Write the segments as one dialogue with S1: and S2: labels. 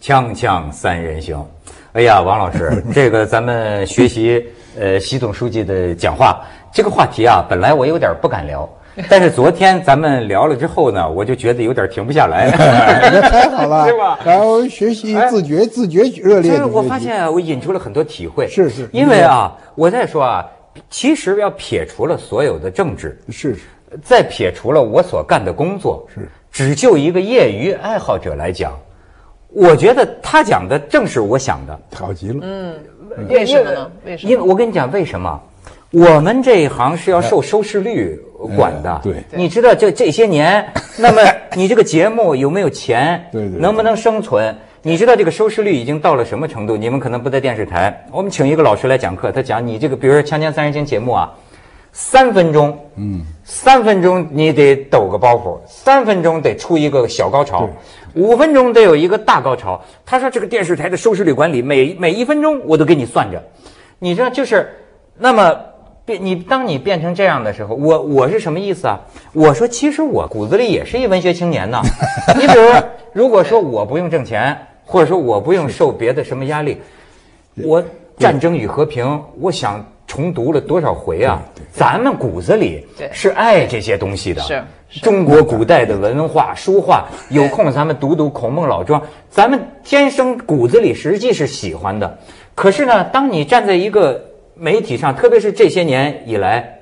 S1: 锵锵三人行，哎呀，王老 师，这个咱们学习呃习总书记的讲话，这个话题啊，本来我有点不敢 聊，但是昨天咱们聊了之后呢，我就觉得有点停不下 来。
S2: 那太好 了，
S1: 是吧
S2: 然后学习
S1: 哎
S2: 自觉、自觉热烈
S1: 但是
S2: 的，
S1: 我发，现啊我引出了很多体会，
S2: 是是
S1: 因为啊，我在说啊，其实要撇除了所有的政治，
S2: 是是
S1: 再撇除了我所干的工作，
S2: 是
S1: 只就一个业余爱好者来讲，我觉得他讲的正是我想的。
S2: 好极了。嗯，
S3: 为什么呢？为什
S1: 因为
S3: 么？
S1: 我跟你讲为什么，我们这一行是要 受收视率管的。
S2: 哎对
S1: 你知道这这些 年，那么你这个节目有没有钱？
S2: 对对对
S1: 能不能生存？你知道这个收视率已经到了什么程度？你们可能不在电视台，我们请一个老师来讲课，他讲你这个，比如说《锵锵三人行》节目啊，三分钟，嗯，三分钟你得抖个包袱，三分钟得出一个小高潮，五分钟得有一个大高潮。他说这个电视台的收视率管理，每每一分钟我都给你算着，你知道就是，那么变你当你变成这样的时候，我我是什么意思啊？我说其实我骨子里也是一文学青年呐。你比如说，如果说我不用挣钱，或者说我不用受别的什么压力，我《战争与和平》，我想重读了多少回啊？咱们骨子里
S3: 对
S1: 是爱这些东西的，
S3: 是
S1: 中国古代的文化书画，有空咱们读读孔孟老庄，咱们天生骨子里实际是喜欢的。可是呢，当你站在一个媒体上，特别是这些年以来。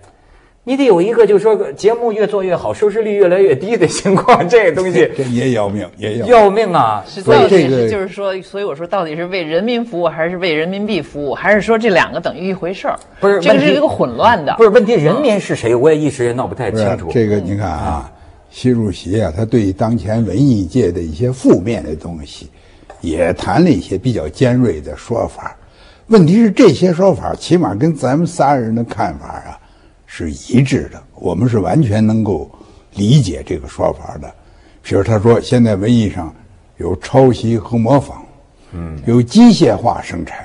S1: 你得有一个，就是说节目越做越好，收视率越来越低的情况，这个 东西
S2: 这也要命，也要命。
S1: 要命啊！
S3: 是
S2: 所以
S3: 到底
S2: 这个
S3: 是就是说，所以我说，到底是为人民服务，还是为人民币服务，还是说这两个等于一回事儿？
S1: 不是
S3: 这个
S1: 问
S3: 是
S1: 题
S3: 一个混乱的。
S1: 不是问题，人民是谁，我也一时也闹不太
S2: 不是
S1: 清楚。
S2: 这个，你看啊，习主席啊，他对当前文艺界的一些负面的东西，也谈了一些比较尖锐的说法。问题是这些说法，起码跟咱们仨人的看法啊是一致的，我们是完全能够理解这个说法的。比如他说，现在文艺上有抄袭和模仿，嗯，有机械化生产，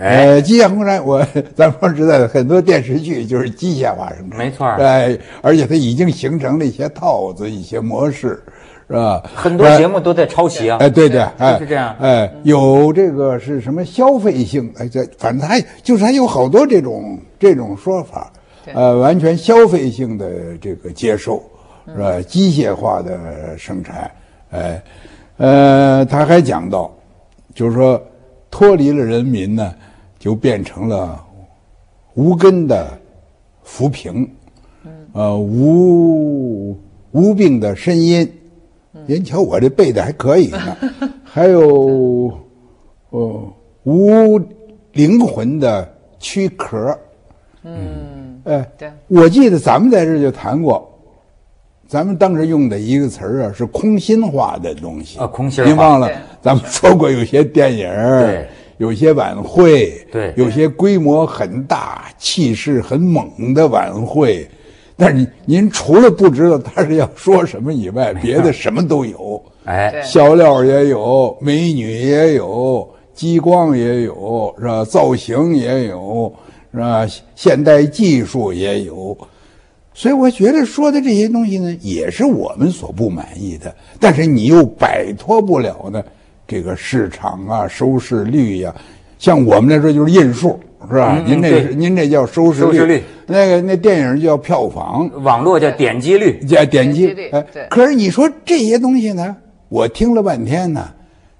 S1: 哎
S2: 呃，机械化生产，我咱说实在的，很多电视剧就是机械化生产，
S1: 没错儿
S2: 哎，而且它已经形成了一些套子、一些模式，是吧？呃
S1: 很多节目都在抄袭啊。
S2: 哎，对对，哎，
S1: 就是这样
S2: 哎，有这个是什么消费性？哎，这反正它就是它有好多这种这种说法，
S3: 对
S2: 呃，完全消费性的这个接受，
S1: 嗯
S2: 是吧？机械化的生产，哎，呃，他还讲到，就是说脱离了人民呢，就变成了无根的浮萍，呃，无无病的呻吟。您瞧我这背的还可以呢，还有，哦，无灵魂的躯壳。嗯，哎，
S3: 对
S2: 我记得咱们在这儿就谈过，咱们当时用的一个词儿啊是空心化的东西
S1: 啊空心化
S2: 您忘了
S3: 对
S2: 咱们说过有些电影儿
S1: 对
S2: 有些晚会，
S1: 对
S2: 有些规模很大、气势很猛的晚会，但是您您除了不知道他是要说什么以 外，别的什么都有，
S1: 哎
S3: 对，
S2: 笑料也有，美女也有，激光也有，是吧？造型也有，是吧？现代技术也有，所以我觉得说的这些东西呢，也是我们所不满意的，但是你又摆脱不了呢这个市场啊、收视率呀、像我们来说就是印数，是吧？
S1: 嗯嗯
S2: 您
S1: 对
S2: 这是您这叫收视
S1: 收
S2: 率，
S1: 视率
S2: 那个那电影叫票房，
S1: 网络叫点击率，
S2: 点点击
S3: 点击率
S2: 哎
S3: 对
S2: 可是你说这些东西呢，我听了半天呢，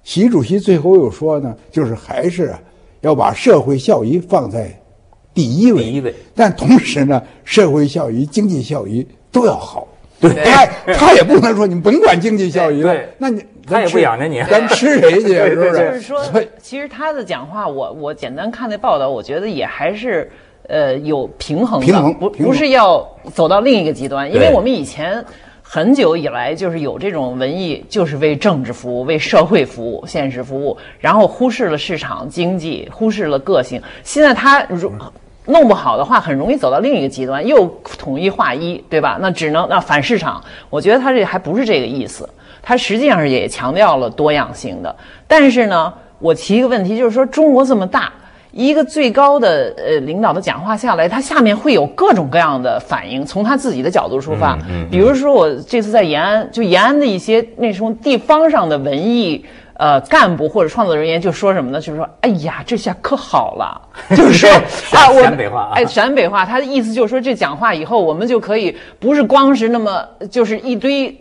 S2: 习主席最后又说呢，就是还是啊要把社会效益放在第一位，
S1: 第一位。
S2: 但同时呢，社会效益、经济效益都要好。
S1: 对
S2: 他他也不能说你甭管经济效益了
S1: 对对
S2: 那你
S1: 他也
S2: 咱吃
S1: 不养着你
S2: 咱吃谁去？啊是不
S1: 对对
S3: 就是
S2: 是？
S3: 说
S2: 所以，
S3: 其实他的讲话，我我简单看那报道，我觉得也还是。呃，有平衡的，
S2: 平衡
S3: 不
S2: 平衡
S3: 不是要走到另一个极端，因为
S1: 对
S3: 我们以前很久以来就是有这种文艺，就是为政治服务、为社会服务、现实服务，然后忽视了市场经济，忽视了个性。现在他如弄不好的话，很容易走到另一个极端，又统一划一，对吧？那只能那反市场。我觉得他这还不是这个意思，他实际上也强调了多样性的。但是呢，我提一个问题，就是说中国这么大。一个最高的呃领导的讲话下来，他下面会有各种各样的反应。从他自己的角度出发，
S1: 嗯
S3: 比如说我这次在延安，就延安的一些那时候地方上的文艺呃干部或者创作人员就说什么呢？就是说，哎呀，这下可好了，就 是说啊，我
S1: 陕北话啊
S3: 哎，陕北话，他的意思就是说，这讲话以后我们就可以不是光是那么就是一堆。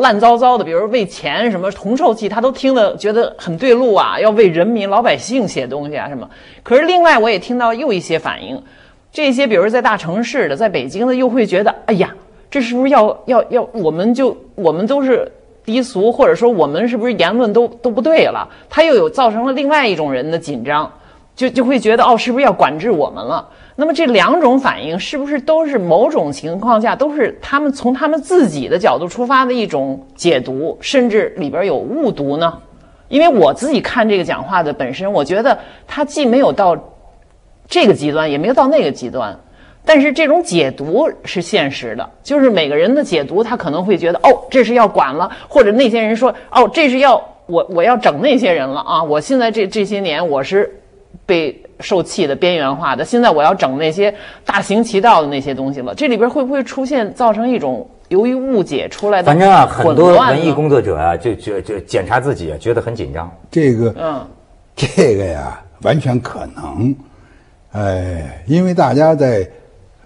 S3: 烂糟糟的，比如为钱什么铜臭气，他都听得觉得很对路啊，要为人民老百姓写东西啊什么。可是另外我也听到又一些反应，这些比如在大城市的，在北京的，又会觉得，哎呀，这是不是要要要，我们就我们都是低俗，或者说我们是不是言论都都不对了？他又有造成了另外一种人的紧张，就就会觉得哦，是不是要管制我们了？那么这两种反应是不是都是某种情况下都是他们从他们自己的角度出发的一种解读，甚至里边有误读呢？因为我自己看这个讲话的本身，我觉得他既没有到这个极端，也没有到那个极端。但是这种解读是现实的，就是每个人的解读，他可能会觉得哦，这是要管了，或者那些人说哦，这是要我我要整那些人了啊！我现在这这些年我是被受气的、边缘化的，现在我要整那些大行其道的那些东西了。这里边会不会出现造成一种由于误解出来的
S1: 反正啊，很多
S3: 混乱
S1: 文艺
S3: 呢
S1: 工作者啊，就就就检查自己，啊，觉得很紧张。
S2: 这个
S3: 嗯
S2: 这个呀，完全可能，哎，因为大家在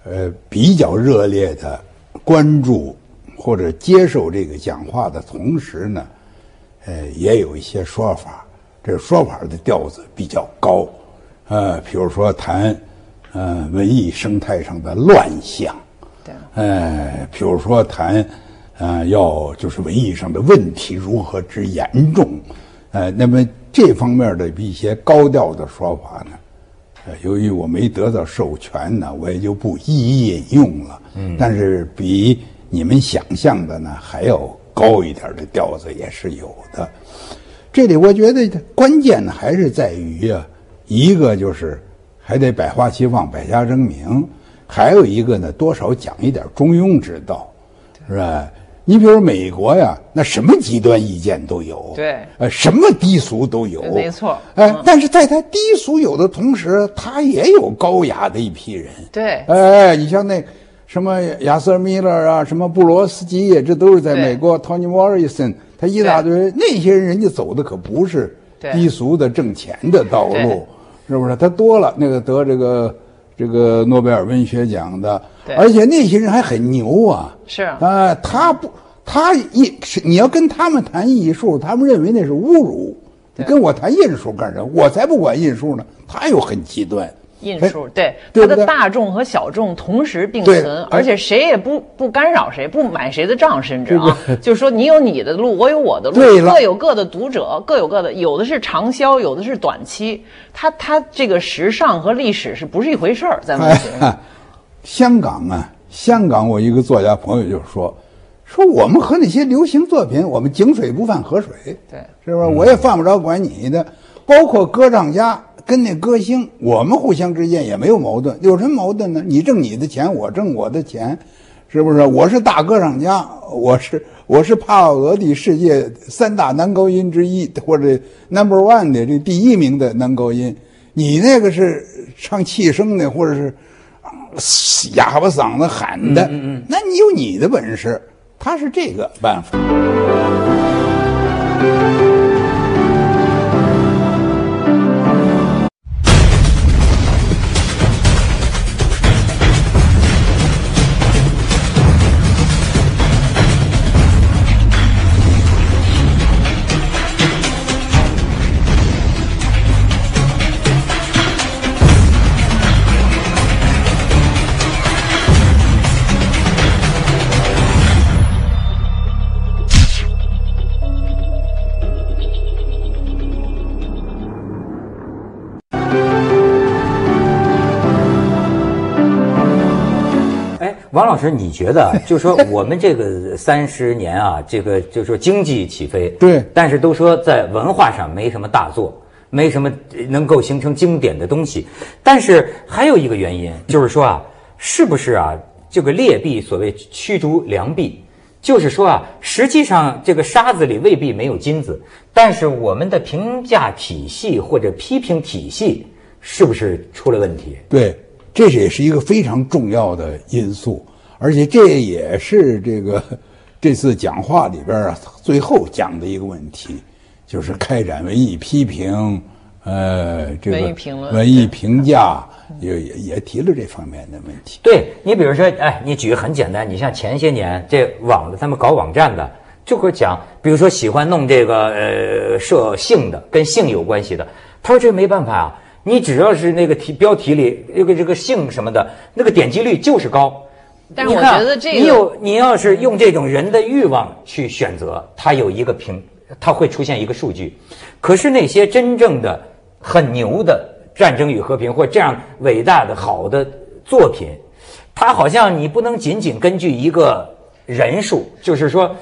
S2: 呃比较热烈的关注或者接受这个讲话的同时呢，呃，也有一些说法，这说法的调子比较高，呃，比如说谈呃文艺生态上的乱象，
S3: 对
S2: 呃，比如说谈，呃，要就是文艺上的问题如何之严重，呃，那么这方面的一些高调的说法呢，呃，由于我没得到授权呢，我也就不一一引用了。嗯，但是比你们想象的呢还要高一点的调子也是有的。这里我觉得关键呢还是在于啊，一个就是还得百花齐放、百家争鸣，还有一个呢，多少讲一点中庸之道，是吧？你比如美国呀，那什么极端意见都有，
S3: 对
S2: 呃，什么低俗都有，
S3: 没错嗯
S2: 哎，但是在他低俗有的同时，他也有高雅的一批人，
S3: 对
S2: 哎，你像那个什么亚瑟·米勒啊，什么布罗斯基，这都是在
S3: 对
S2: 美国。Tony Morrison，他一大堆那些人，人家走的可不是
S3: 对
S2: 低俗的挣钱的道
S3: 对
S2: 路，是不是？他多了那个得这个这个诺贝尔文学奖的
S3: 对，
S2: 而且那些人还很牛啊。
S3: 是啊
S2: 啊，他不，他艺是你要跟他们谈艺术，他们认为那是侮辱。你跟我谈印术干什么？我才不管印术呢！他又很极端，
S3: 印
S2: 哎
S3: 数，对
S2: 对不
S3: 它的
S2: 对
S3: 大众和小众同时并
S2: 对
S3: 存，
S2: 哎
S3: 而且谁也不不干扰谁，不买谁的账，甚至啊，就是说你有你的路，我有我的路，
S2: 对了
S3: 各有各的读者，各有各的，有的是长销，有的是短期，它它这个时尚和历史是不是一回事儿？在目前，
S2: 哎，香港啊，香港，我一个作家朋友就说，说我们和那些流行作品，我们井水不犯河水，
S3: 对
S2: 是吧？我也犯不着管你的，包括歌唱家跟那歌星，我们互相之间也没有矛盾，有什么矛盾呢？你挣你的钱，我挣我的钱，是不是？我是大歌唱家，我是我是帕瓦罗蒂世界三大男高音之一，或者 number one 的这第一名的男高音，你那个是唱气声的，或者是。哑巴嗓子喊的，那你有你的本事，他是这个办法。
S1: 哎，王老师，你觉得啊就说我们这个三十年啊，这个就说经济起飞，
S2: 对
S1: 但是都说在文化上没什么大作，没什么呃能够形成经典的东西。但是还有一个原因，就是说啊，是不是啊，这个劣币所谓驱逐良币，就是说啊，实际上这个沙子里未必没有金子，但是我们的评价体系或者批评体系是不是出了问题？
S2: 对，这是也是一个非常重要的因素，而且这也 是这个这次讲话里边啊最后讲的一个问题，就是开展文艺批评，呃，这个
S3: 文艺评论
S2: 文艺评价也也也提了这方面的问题。
S1: 对你比如说，哎，你举个很简单，你像前些年这网的他们搞网站的，就会讲，比如说喜欢弄这个呃涉性的，跟性有关系的，他说这没办法啊，你只要是那个题标题里那个这个性什么的，那个点击率就是高。
S3: 但是
S1: 你
S3: 我
S1: 看
S3: 觉得这个
S1: 你有你要是用这种人的欲望去选择，它有一个评，它会出现一个数据。可是那些真正的很牛的《战争与和平》或这样伟大的好的作品，它好像你不能仅仅根据一个人数，就是说，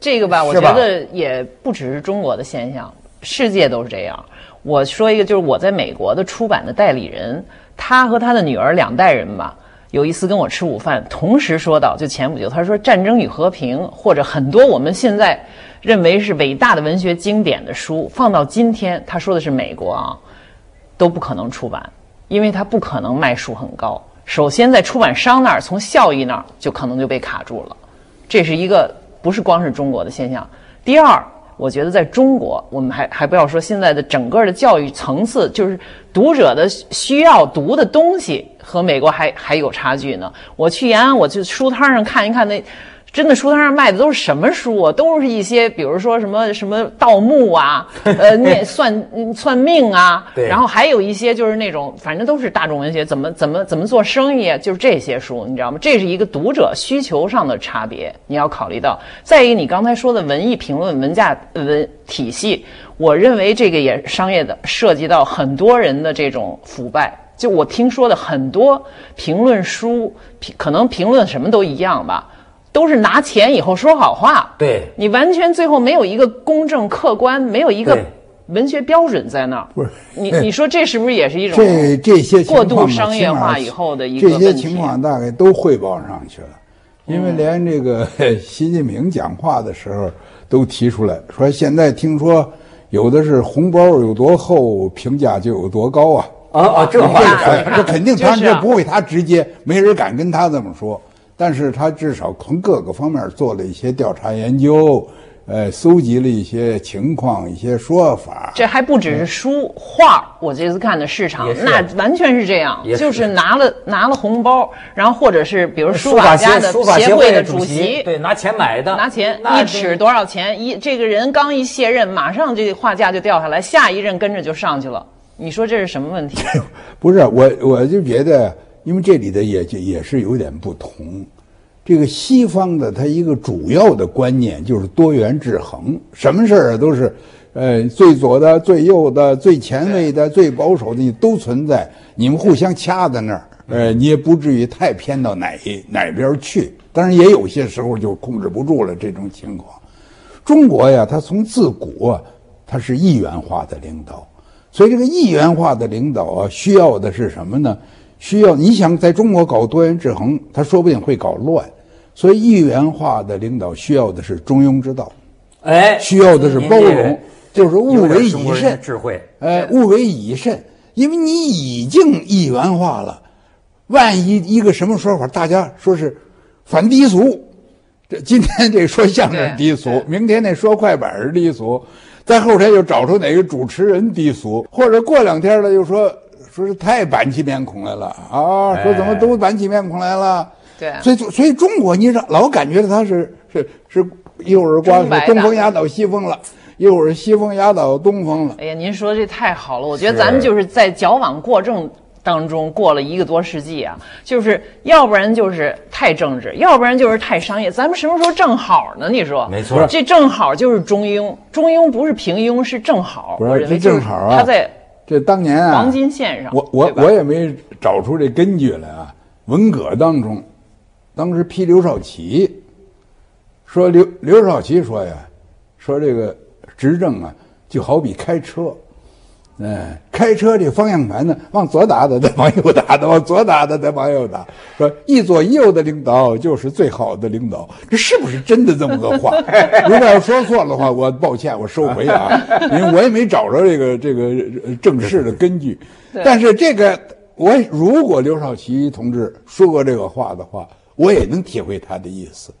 S3: 这个吧，我
S1: 是吧
S3: 觉得也不只是中国的现象，世界都是这样。我说一个，就是我在美国的出版的代理人，他和他的女儿两代人吧，有一次跟我吃午饭，同时说到，就前不久，他说《战争与和平》或者很多我们现在认为是伟大的文学经典的书，放到今天，他说的是美国啊，都不可能出版，因为它不可能卖数很高。首先在出版商那儿，从效益那儿就可能就被卡住了，这是一个不是光是中国的现象。第二，我觉得在中国，我们还还不要说现在的整个的教育层次，就是读者的需要读的东西和美国还还有差距呢。我去延安，我去书摊上看一看那。真的书摊上卖的都是什么书啊？都是一些，比如说什么什么盗墓啊，呃，念算嗯算命啊，
S1: 对
S3: 然后还有一些就是那种，反正都是大众文学，怎么怎么怎么做生意啊，就是这些书，你知道吗？这是一个读者需求上的差别，你要考虑到。再一个，你刚才说的文艺评论、文价文体系，我认为这个也商业的涉及到很多人的这种腐败。就我听说的很多评论书，评可能评论什么都一样吧，都是拿钱以后说好话，
S1: 对
S3: 你完全最后没有一个公正客观，没有一个
S1: 对
S3: 文学标准在那儿。
S2: 不是
S3: 你你说这是不是也是一种
S2: 这这些情
S3: 过
S2: 况
S3: 度
S2: 呢
S3: 商
S2: 起
S3: 业
S2: 码
S3: 化
S2: 是
S3: 以后的一个
S2: 这些
S3: 问题嗯
S2: 情况大概都汇报上去了，因为连这个 习近平讲话的时候都提出来说，现在听说有的是红包有多厚，评价就有多高 啊。
S1: 啊啊，这话
S3: 啊
S2: 哎这肯定他
S3: 就是啊
S2: 这不会他直接，没人敢跟他这么说。但是他至少从各个方面做了一些调查研究，呃，搜集了一些情况、一些说法。
S3: 这还不只是
S2: 嗯
S3: 书画儿，我这次看的市场
S1: 也是
S3: 那完全是这样
S1: 也，是
S3: 就是拿了拿了红包，然后或者是比如
S1: 书法
S3: 法家
S1: 协
S3: 的
S1: 书法协
S3: 会的
S1: 主
S3: 席，
S1: 对，拿钱买的，
S3: 拿钱
S1: 那
S3: 一尺
S1: 就
S3: 多少钱？一这个人刚一卸任，马上这画价就掉下来，下一任跟着就上去了。你说这是什么问题？
S2: 不是我，我就觉得，因为这里的也就也是有点不同。这个西方的它一个主要的观念就是多元制衡，什么事儿啊都是，呃，最左的、最右的、最前卫的、最保守的，你都存在，你们互相掐在那儿，呃，你也不至于太偏到哪一哪边儿去。当然，也有些时候就控制不住了这种情况。中国呀，它从自古啊，它是一元化的领导，所以这个一元化的领导啊，需要的是什么呢？需要你想在中国搞多元制衡，它说不定会搞乱，所以一元化的领导需要的是中庸之道，
S1: 哎，
S2: 需要的是
S1: 您
S2: 包
S1: 这
S2: 容，就是物
S1: 有点
S2: 为
S1: 中
S2: 己
S1: 国人的
S2: 慎。
S1: 智慧。
S2: 呃，勿为以慎，因为你已经一元化了，万一一个什么说法，大家说是反低俗，这今天这说相声低俗
S3: 对，
S2: 明天那说快板是低俗，再后天又找出哪个主持人低俗，或者过两天了又说说是太板起面孔来了啊，说怎么都板起面孔来了。
S3: 哎对
S2: 所以就所以中国，你让老感觉他是是是一会儿刮
S3: 中白
S2: 是东
S3: 的
S2: 风压倒西风了，一会儿西风压倒东风了。
S3: 哎呀，您说这太好了，我觉得咱们就是在矫枉过正当中过了一个多世纪啊，就是要不然就是太政治，要不然就是太商业，咱们什么时候正好呢？你说
S1: 没错
S3: 这正好就是中庸，中庸不是平庸，是正好。
S2: 不是
S3: 我认为
S2: 这
S3: 就
S2: 正好啊
S3: 他在
S2: 这当年啊，
S3: 黄金线上
S2: 我我
S3: 对吧
S2: 我也没找出这根据来啊。文革当中，当时批刘少奇，说刘刘少奇说呀，说这个执政啊，就好比开车，哎，开车这方向盘呢，往左打的，再往右打的，往左打的，再往右打，说一左一右的领导就是最好的领导，这是不是真的这么个话？如果要说错了的话，我抱歉，我收回啊，因为我也没找着这个这个呃正式的根据。但是这个，我如果刘少奇同志说过这个话的话，我也能体会他的意思。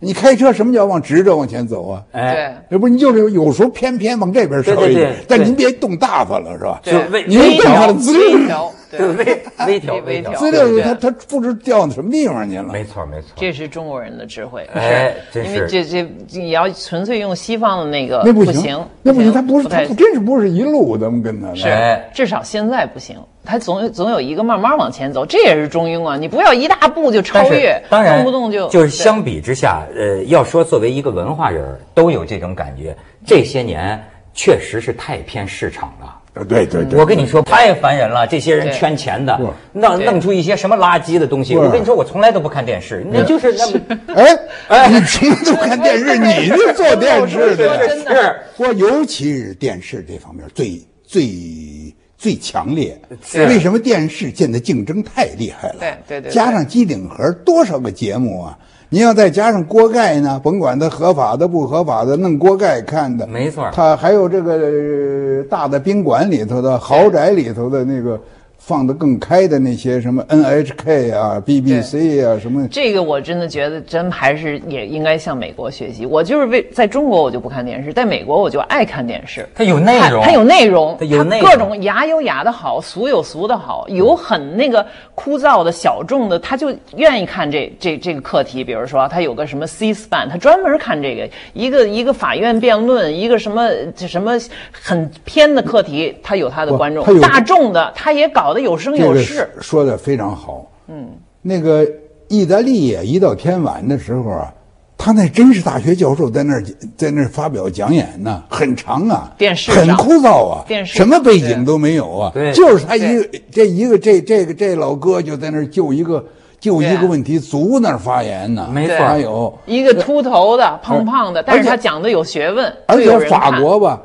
S2: 你开车什么叫往直着往前走啊？
S1: 哎，
S2: 要不你就是有时候偏偏往这边稍
S1: 对对
S2: 一点
S1: 对，
S2: 但
S1: 对
S2: 您别动大发了，是吧？
S1: 就
S3: 对，
S1: 微
S2: 你又
S1: 微
S2: 奔上
S1: 调，
S2: 了资料
S3: 微调，
S1: 对
S3: 对，
S1: 微微调
S3: 微
S1: 微
S3: 调
S2: 资
S3: 对对
S2: 料
S3: 对
S2: 它它不知掉到什么地方去了。
S1: 没错没错，
S3: 这是中国人的智慧，
S1: 哎
S3: 是
S1: 真
S3: 因
S1: 是
S3: 为这这这你要纯粹用西方的那个
S2: 那不
S3: 行，
S2: 那不行，它不是，它
S3: 太
S2: 不真是不是一路咱们跟它的。
S3: 是
S1: 哎，
S3: 至少现在不行，它总有总有一个慢慢往前走，这也是中庸啊！你不要一大步就
S1: 但
S3: 超
S1: 是
S3: 越，
S1: 当然
S3: 动不动就
S1: 就是相比之下，呃，要说作为一个文化人儿都有这种感觉，这些年确实是太偏市场了。
S2: 呃对对对，
S1: 我跟你说，太烦人了！这些人圈钱的
S2: 对，
S1: 弄
S3: 对
S1: 弄出一些什么垃圾的东西。
S2: 对
S1: 我跟你说，我从来都不看电视，那就是那么
S2: 哎哎，你从来都看电视，你就做电视
S3: 对
S2: 的。
S3: 对真的
S2: 我尤其是电视这方面最最最强烈。
S1: 是
S2: 为什么电视现在竞争太厉害了？
S3: 对对对对
S2: 加上机顶盒多少个节目啊！您要再加上锅盖呢，甭管它合法的不合法的，弄锅盖看的，
S1: 没错
S2: 它还有这个呃大的宾馆里头的、豪宅里头的那个放得更开的那些什么 NHK 啊、BBC 啊什么。
S3: 这个我真的觉得真还是也应该向美国学习。我就是为在中国我就不看电视，在美国我就爱看电视。
S1: 它有
S2: 哎
S1: 内容
S3: 它它有内容，
S1: 它有内容
S3: 各种牙有牙的好，俗有俗的好，
S2: 嗯
S3: 有很那个枯燥的小众的，他就愿意看这这这个课题。比如说，他有个什么 C-SPAN，他专门看这个一个一个法院辩论，一个什么这什么很偏的课题，他有他的
S2: 不
S3: 观众
S2: 它。有
S3: 大众的他也搞得有声
S2: 这
S3: 有
S2: 个
S3: 势。
S2: 说的非常好。嗯，那个意大利呀，一到天晚的时候啊，他那真是大学教授在那儿在那儿发表讲演呢，很长啊，
S3: 电视上
S2: 很枯燥啊，
S3: 电视
S2: 什
S3: 上
S2: 么背景都没有啊，
S1: 对
S2: 就是他一个这一个这这个这老哥就在那儿就一个就一个问题，足那儿发言呢，
S1: 没错
S2: 还有
S3: 一个秃头的、胖胖的，但是
S2: 而且
S3: 他讲的有学问，
S2: 而
S3: 就有
S2: 且
S3: 人
S2: 法
S3: 看
S2: 国吧，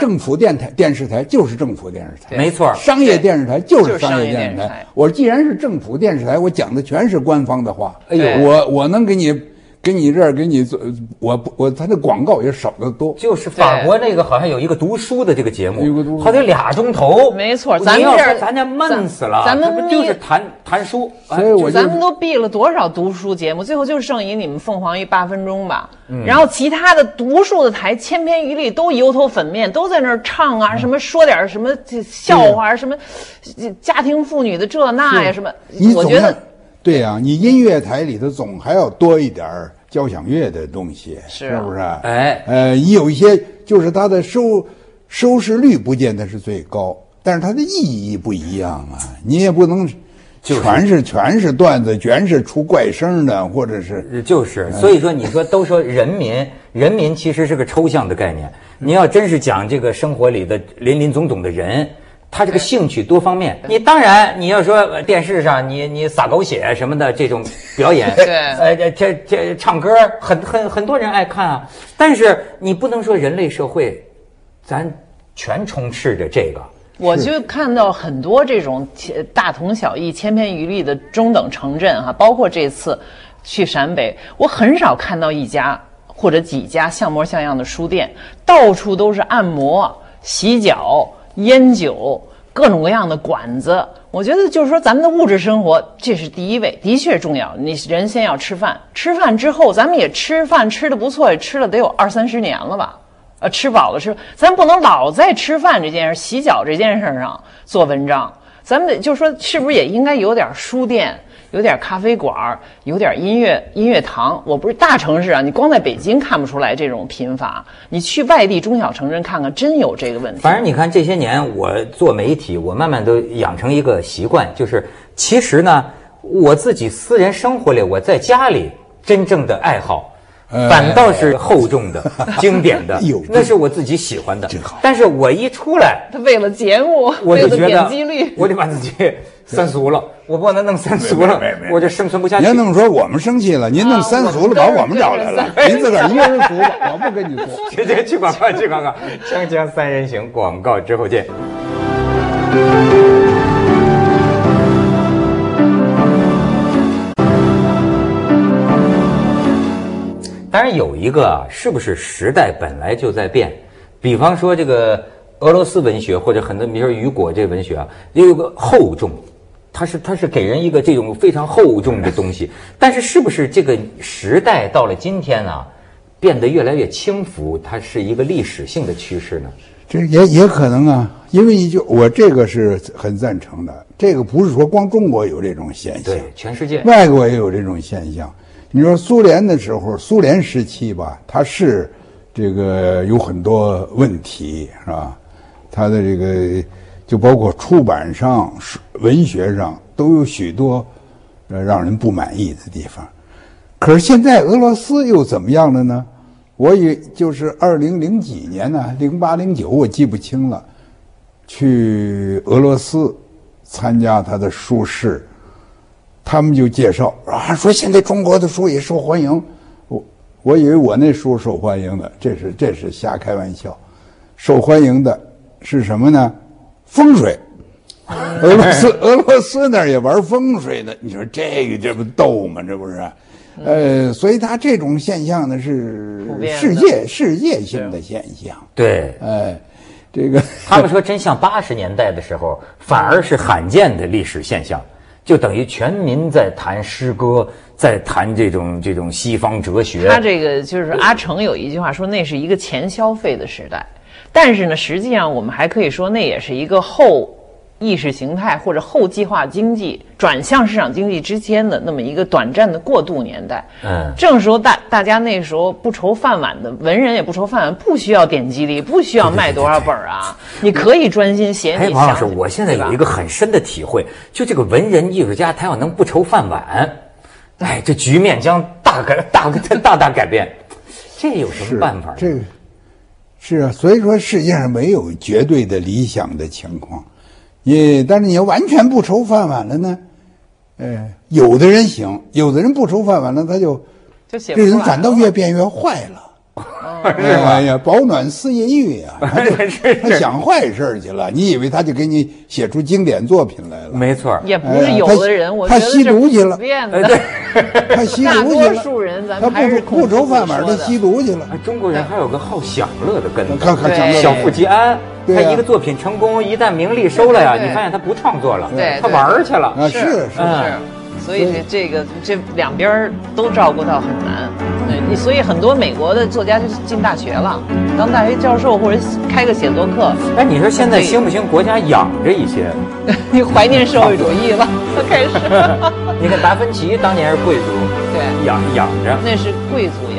S2: 政府电台电视台就是政府电视台，
S3: 对
S1: 没错儿。
S2: 商业电视台就是商
S3: 商
S2: 业
S3: 业
S2: 电视
S3: 电
S2: 台
S3: 视台。
S2: 我既然是政府电视台，我讲的全是官方的话。哎
S3: 呦对
S2: 我我能给你，给你这儿给你做，我不我他的广告也少得多。
S1: 就是法国那个好像有一个读书的这个节目，
S2: 有个读书
S1: 好像俩钟头，
S3: 没错
S1: 您
S3: 咱们
S1: 要
S3: 这
S1: 说
S3: 儿
S1: 咱这闷死了，
S3: 咱咱们
S1: 这不就是谈谈书，哎
S2: 所以我就
S3: 咱们都闭了多少读书节目，最后就剩一你们凤凰一八分钟吧。
S2: 嗯
S3: 然后其他的无数的台千篇一律，都油头粉面，都在那儿唱
S2: 嗯
S3: 啊，什么说点儿什么这笑话啊，什么这家庭妇女的这那呀，什么
S2: 你。
S3: 我
S2: 总
S3: 觉
S2: 要
S3: 得
S2: 对呀、你音乐台里头总还要多一点儿交响乐的东西，
S3: 是
S2: 是
S3: 啊
S2: 不是？
S1: 哎
S2: 呃，也有一些就是它的收收视率不见得是最高，但是它的意义不一样啊，你也不能。全是全是段子，全是出怪声的，或者是
S1: 呃就是，所以说你说都说人民，人民其实是个抽象的概念。你要真是讲这个生活里的林林总总的人，他这个兴趣多方面。你当然你要说呃电视上你你撒狗血什么的这种表演，
S3: 对
S1: 呃这这这唱歌很很很多人爱看啊。但是你不能说人类社会，咱全充斥着这个。
S3: 我就看到很多这种千大同小异、千篇一律的中等城镇哈、包括这次去陕北，我很少看到一家或者几家像模像样的书店，到处都是按摩、洗脚、烟酒。各种各样的馆子，我觉得就是说，咱们的物质生活这是第一位，的确重要。你人先要吃饭，吃饭之后，咱们也吃饭吃的不错，也吃了得有二三十年了吧。呃，吃饱了吃，咱不能老在吃饭这件事、洗脚这件事上做文章。咱们得就说，是不是也应该有点书店，有点咖啡馆儿，有点音乐音乐堂？我不是大城市啊，你光在北京看不出来这种贫乏，你去外地中小城镇看看，真有这个问题。
S1: 反正你看这些年我做媒体，我慢慢都养成一个习惯，就是其实呢，我自己私人生活里，我在家里真正的爱好。
S2: 呃
S1: 反倒是厚重的、 经典的
S2: 哎呦，
S1: 那是我自己喜欢的
S2: 真好。
S1: 但是我一出来，
S3: 他为了节目，
S1: 我
S3: 为
S1: 就
S3: 了
S1: 觉
S3: 点
S1: 得
S3: 击率，
S1: 我得把自己三俗了，我不能弄三俗了
S2: 没没没，没
S1: 我就生存不下
S2: 您
S1: 去
S2: 要。那么说，我们生气了，您弄
S3: 啊
S2: 三
S3: 我
S2: 俗了，
S3: 们
S2: 把
S3: 都是
S2: 我们找来了，
S3: 就是三
S2: 您自个儿一个 人俗吧，我不跟你说。
S1: 直接 去广告，去广告，锵锵三人行，广告之后见。当然有一个啊，是不是时代本来就在变？比方说这个俄罗斯文学，或者很多，比如说雨果这文学啊，也有个厚重，它是它是给人一个这种非常厚重的东西。 但是是不是这个时代到了今天啊，变得越来越轻浮，它是一个历史性的趋势呢？
S2: 这也也可能啊，因为你就我这个是很赞成的，这个不是说光中国有这种现象
S1: 对，，全世界
S2: 外国也有这种现象。你说苏联的时候，苏联时期吧，它是这个有很多问题，是吧？它的这个就包括出版上、是文学上都有许多呃让人不满意的地方。可是现在俄罗斯又怎么样了呢？我也就是二零零几年呢、0零八零九我记不清了，去俄罗斯参加他的书市，他们就介绍啊，说现在中国的书也受欢迎。我我以为我那书受欢迎的，这是这是瞎开玩笑。受欢迎的是什么呢？风 水。俄罗斯俄罗斯那儿也玩风水的，你说这个这不逗吗？这不是？啊呃，所以他这种现象呢是
S3: 嗯普遍的
S2: 世界世界性的现象。
S1: 对。
S2: 哎，这个
S1: 他们说，真像八十年代的时候，反而是罕见的历史现象，就等于全民在谈诗歌，在谈这种这种西方哲学。
S3: 他这个就是阿成有一句话说，那是一个前消费的时代，但是呢，实际上我们还可以说，那也是一个后意识形态或者后计划经济转向市场经济之间的那么一个短暂的过渡年代。
S1: 嗯
S3: 正时候大大家那时候不愁饭碗的，文人也不愁饭碗，不需要点击率，不需要卖多少本儿啊，你可以专心写
S1: 哎，
S3: 你
S1: 王老
S3: 想
S1: 师，
S3: 写。
S1: 我现在有一
S3: 对吧
S1: 个很深的体会，就这个文人艺术家，他要能不愁饭碗，哎，这局面将大改大大大大改变。这有什么办法呢？
S2: 这个是啊，所以说世界上没有绝对的理想的情况，也但是你要完全不愁饭碗了呢，呃，有的人行，有的人不愁饭碗了，他就
S3: 就写不
S2: 这人
S3: 出来
S2: 反倒
S3: 了哦
S2: 越变越坏了。 哎呀，保暖思淫欲呀，他 就他想坏事儿去了。你以为他就给你写出经典作品来了？
S1: 没错儿，
S3: 也不是
S2: 哎呀
S3: 有
S2: 他
S3: 的人，我觉
S2: 他
S3: 得
S2: 吸
S3: 是
S2: 毒去了
S3: 普遍
S1: 哎，
S3: 的。
S1: 对，
S2: 他吸
S3: 大
S2: 毒去了，
S3: 多数人咱
S2: 他
S3: 们还
S2: 不
S3: 是
S2: 不
S3: 孔子
S2: 愁饭碗，
S3: 所
S2: 他
S3: 说的
S2: 吸毒去了。
S1: 哎中国人还有个好享乐的根
S2: 看看
S1: 子，
S3: 对
S1: 小富即安。
S2: 对
S1: 他
S2: 啊
S1: 一个作品成功，一旦名利收了呀，
S3: 对对对
S1: 你发现他不创作了
S3: 对，
S1: 他
S3: 对
S1: 玩儿去了。
S2: 啊，是是
S1: 嗯
S3: 是，所以这这个这两边儿都照顾到很难。对，你所以很多美国的作家就进大学了，当大学教授或者开个写作课，
S1: 哎，你说现在兴不兴？国家养着一些，
S3: 你怀念社会主义了， 开始。
S1: 你看达芬奇当年是贵族，
S3: 对，
S1: 养养着。
S3: 那是贵族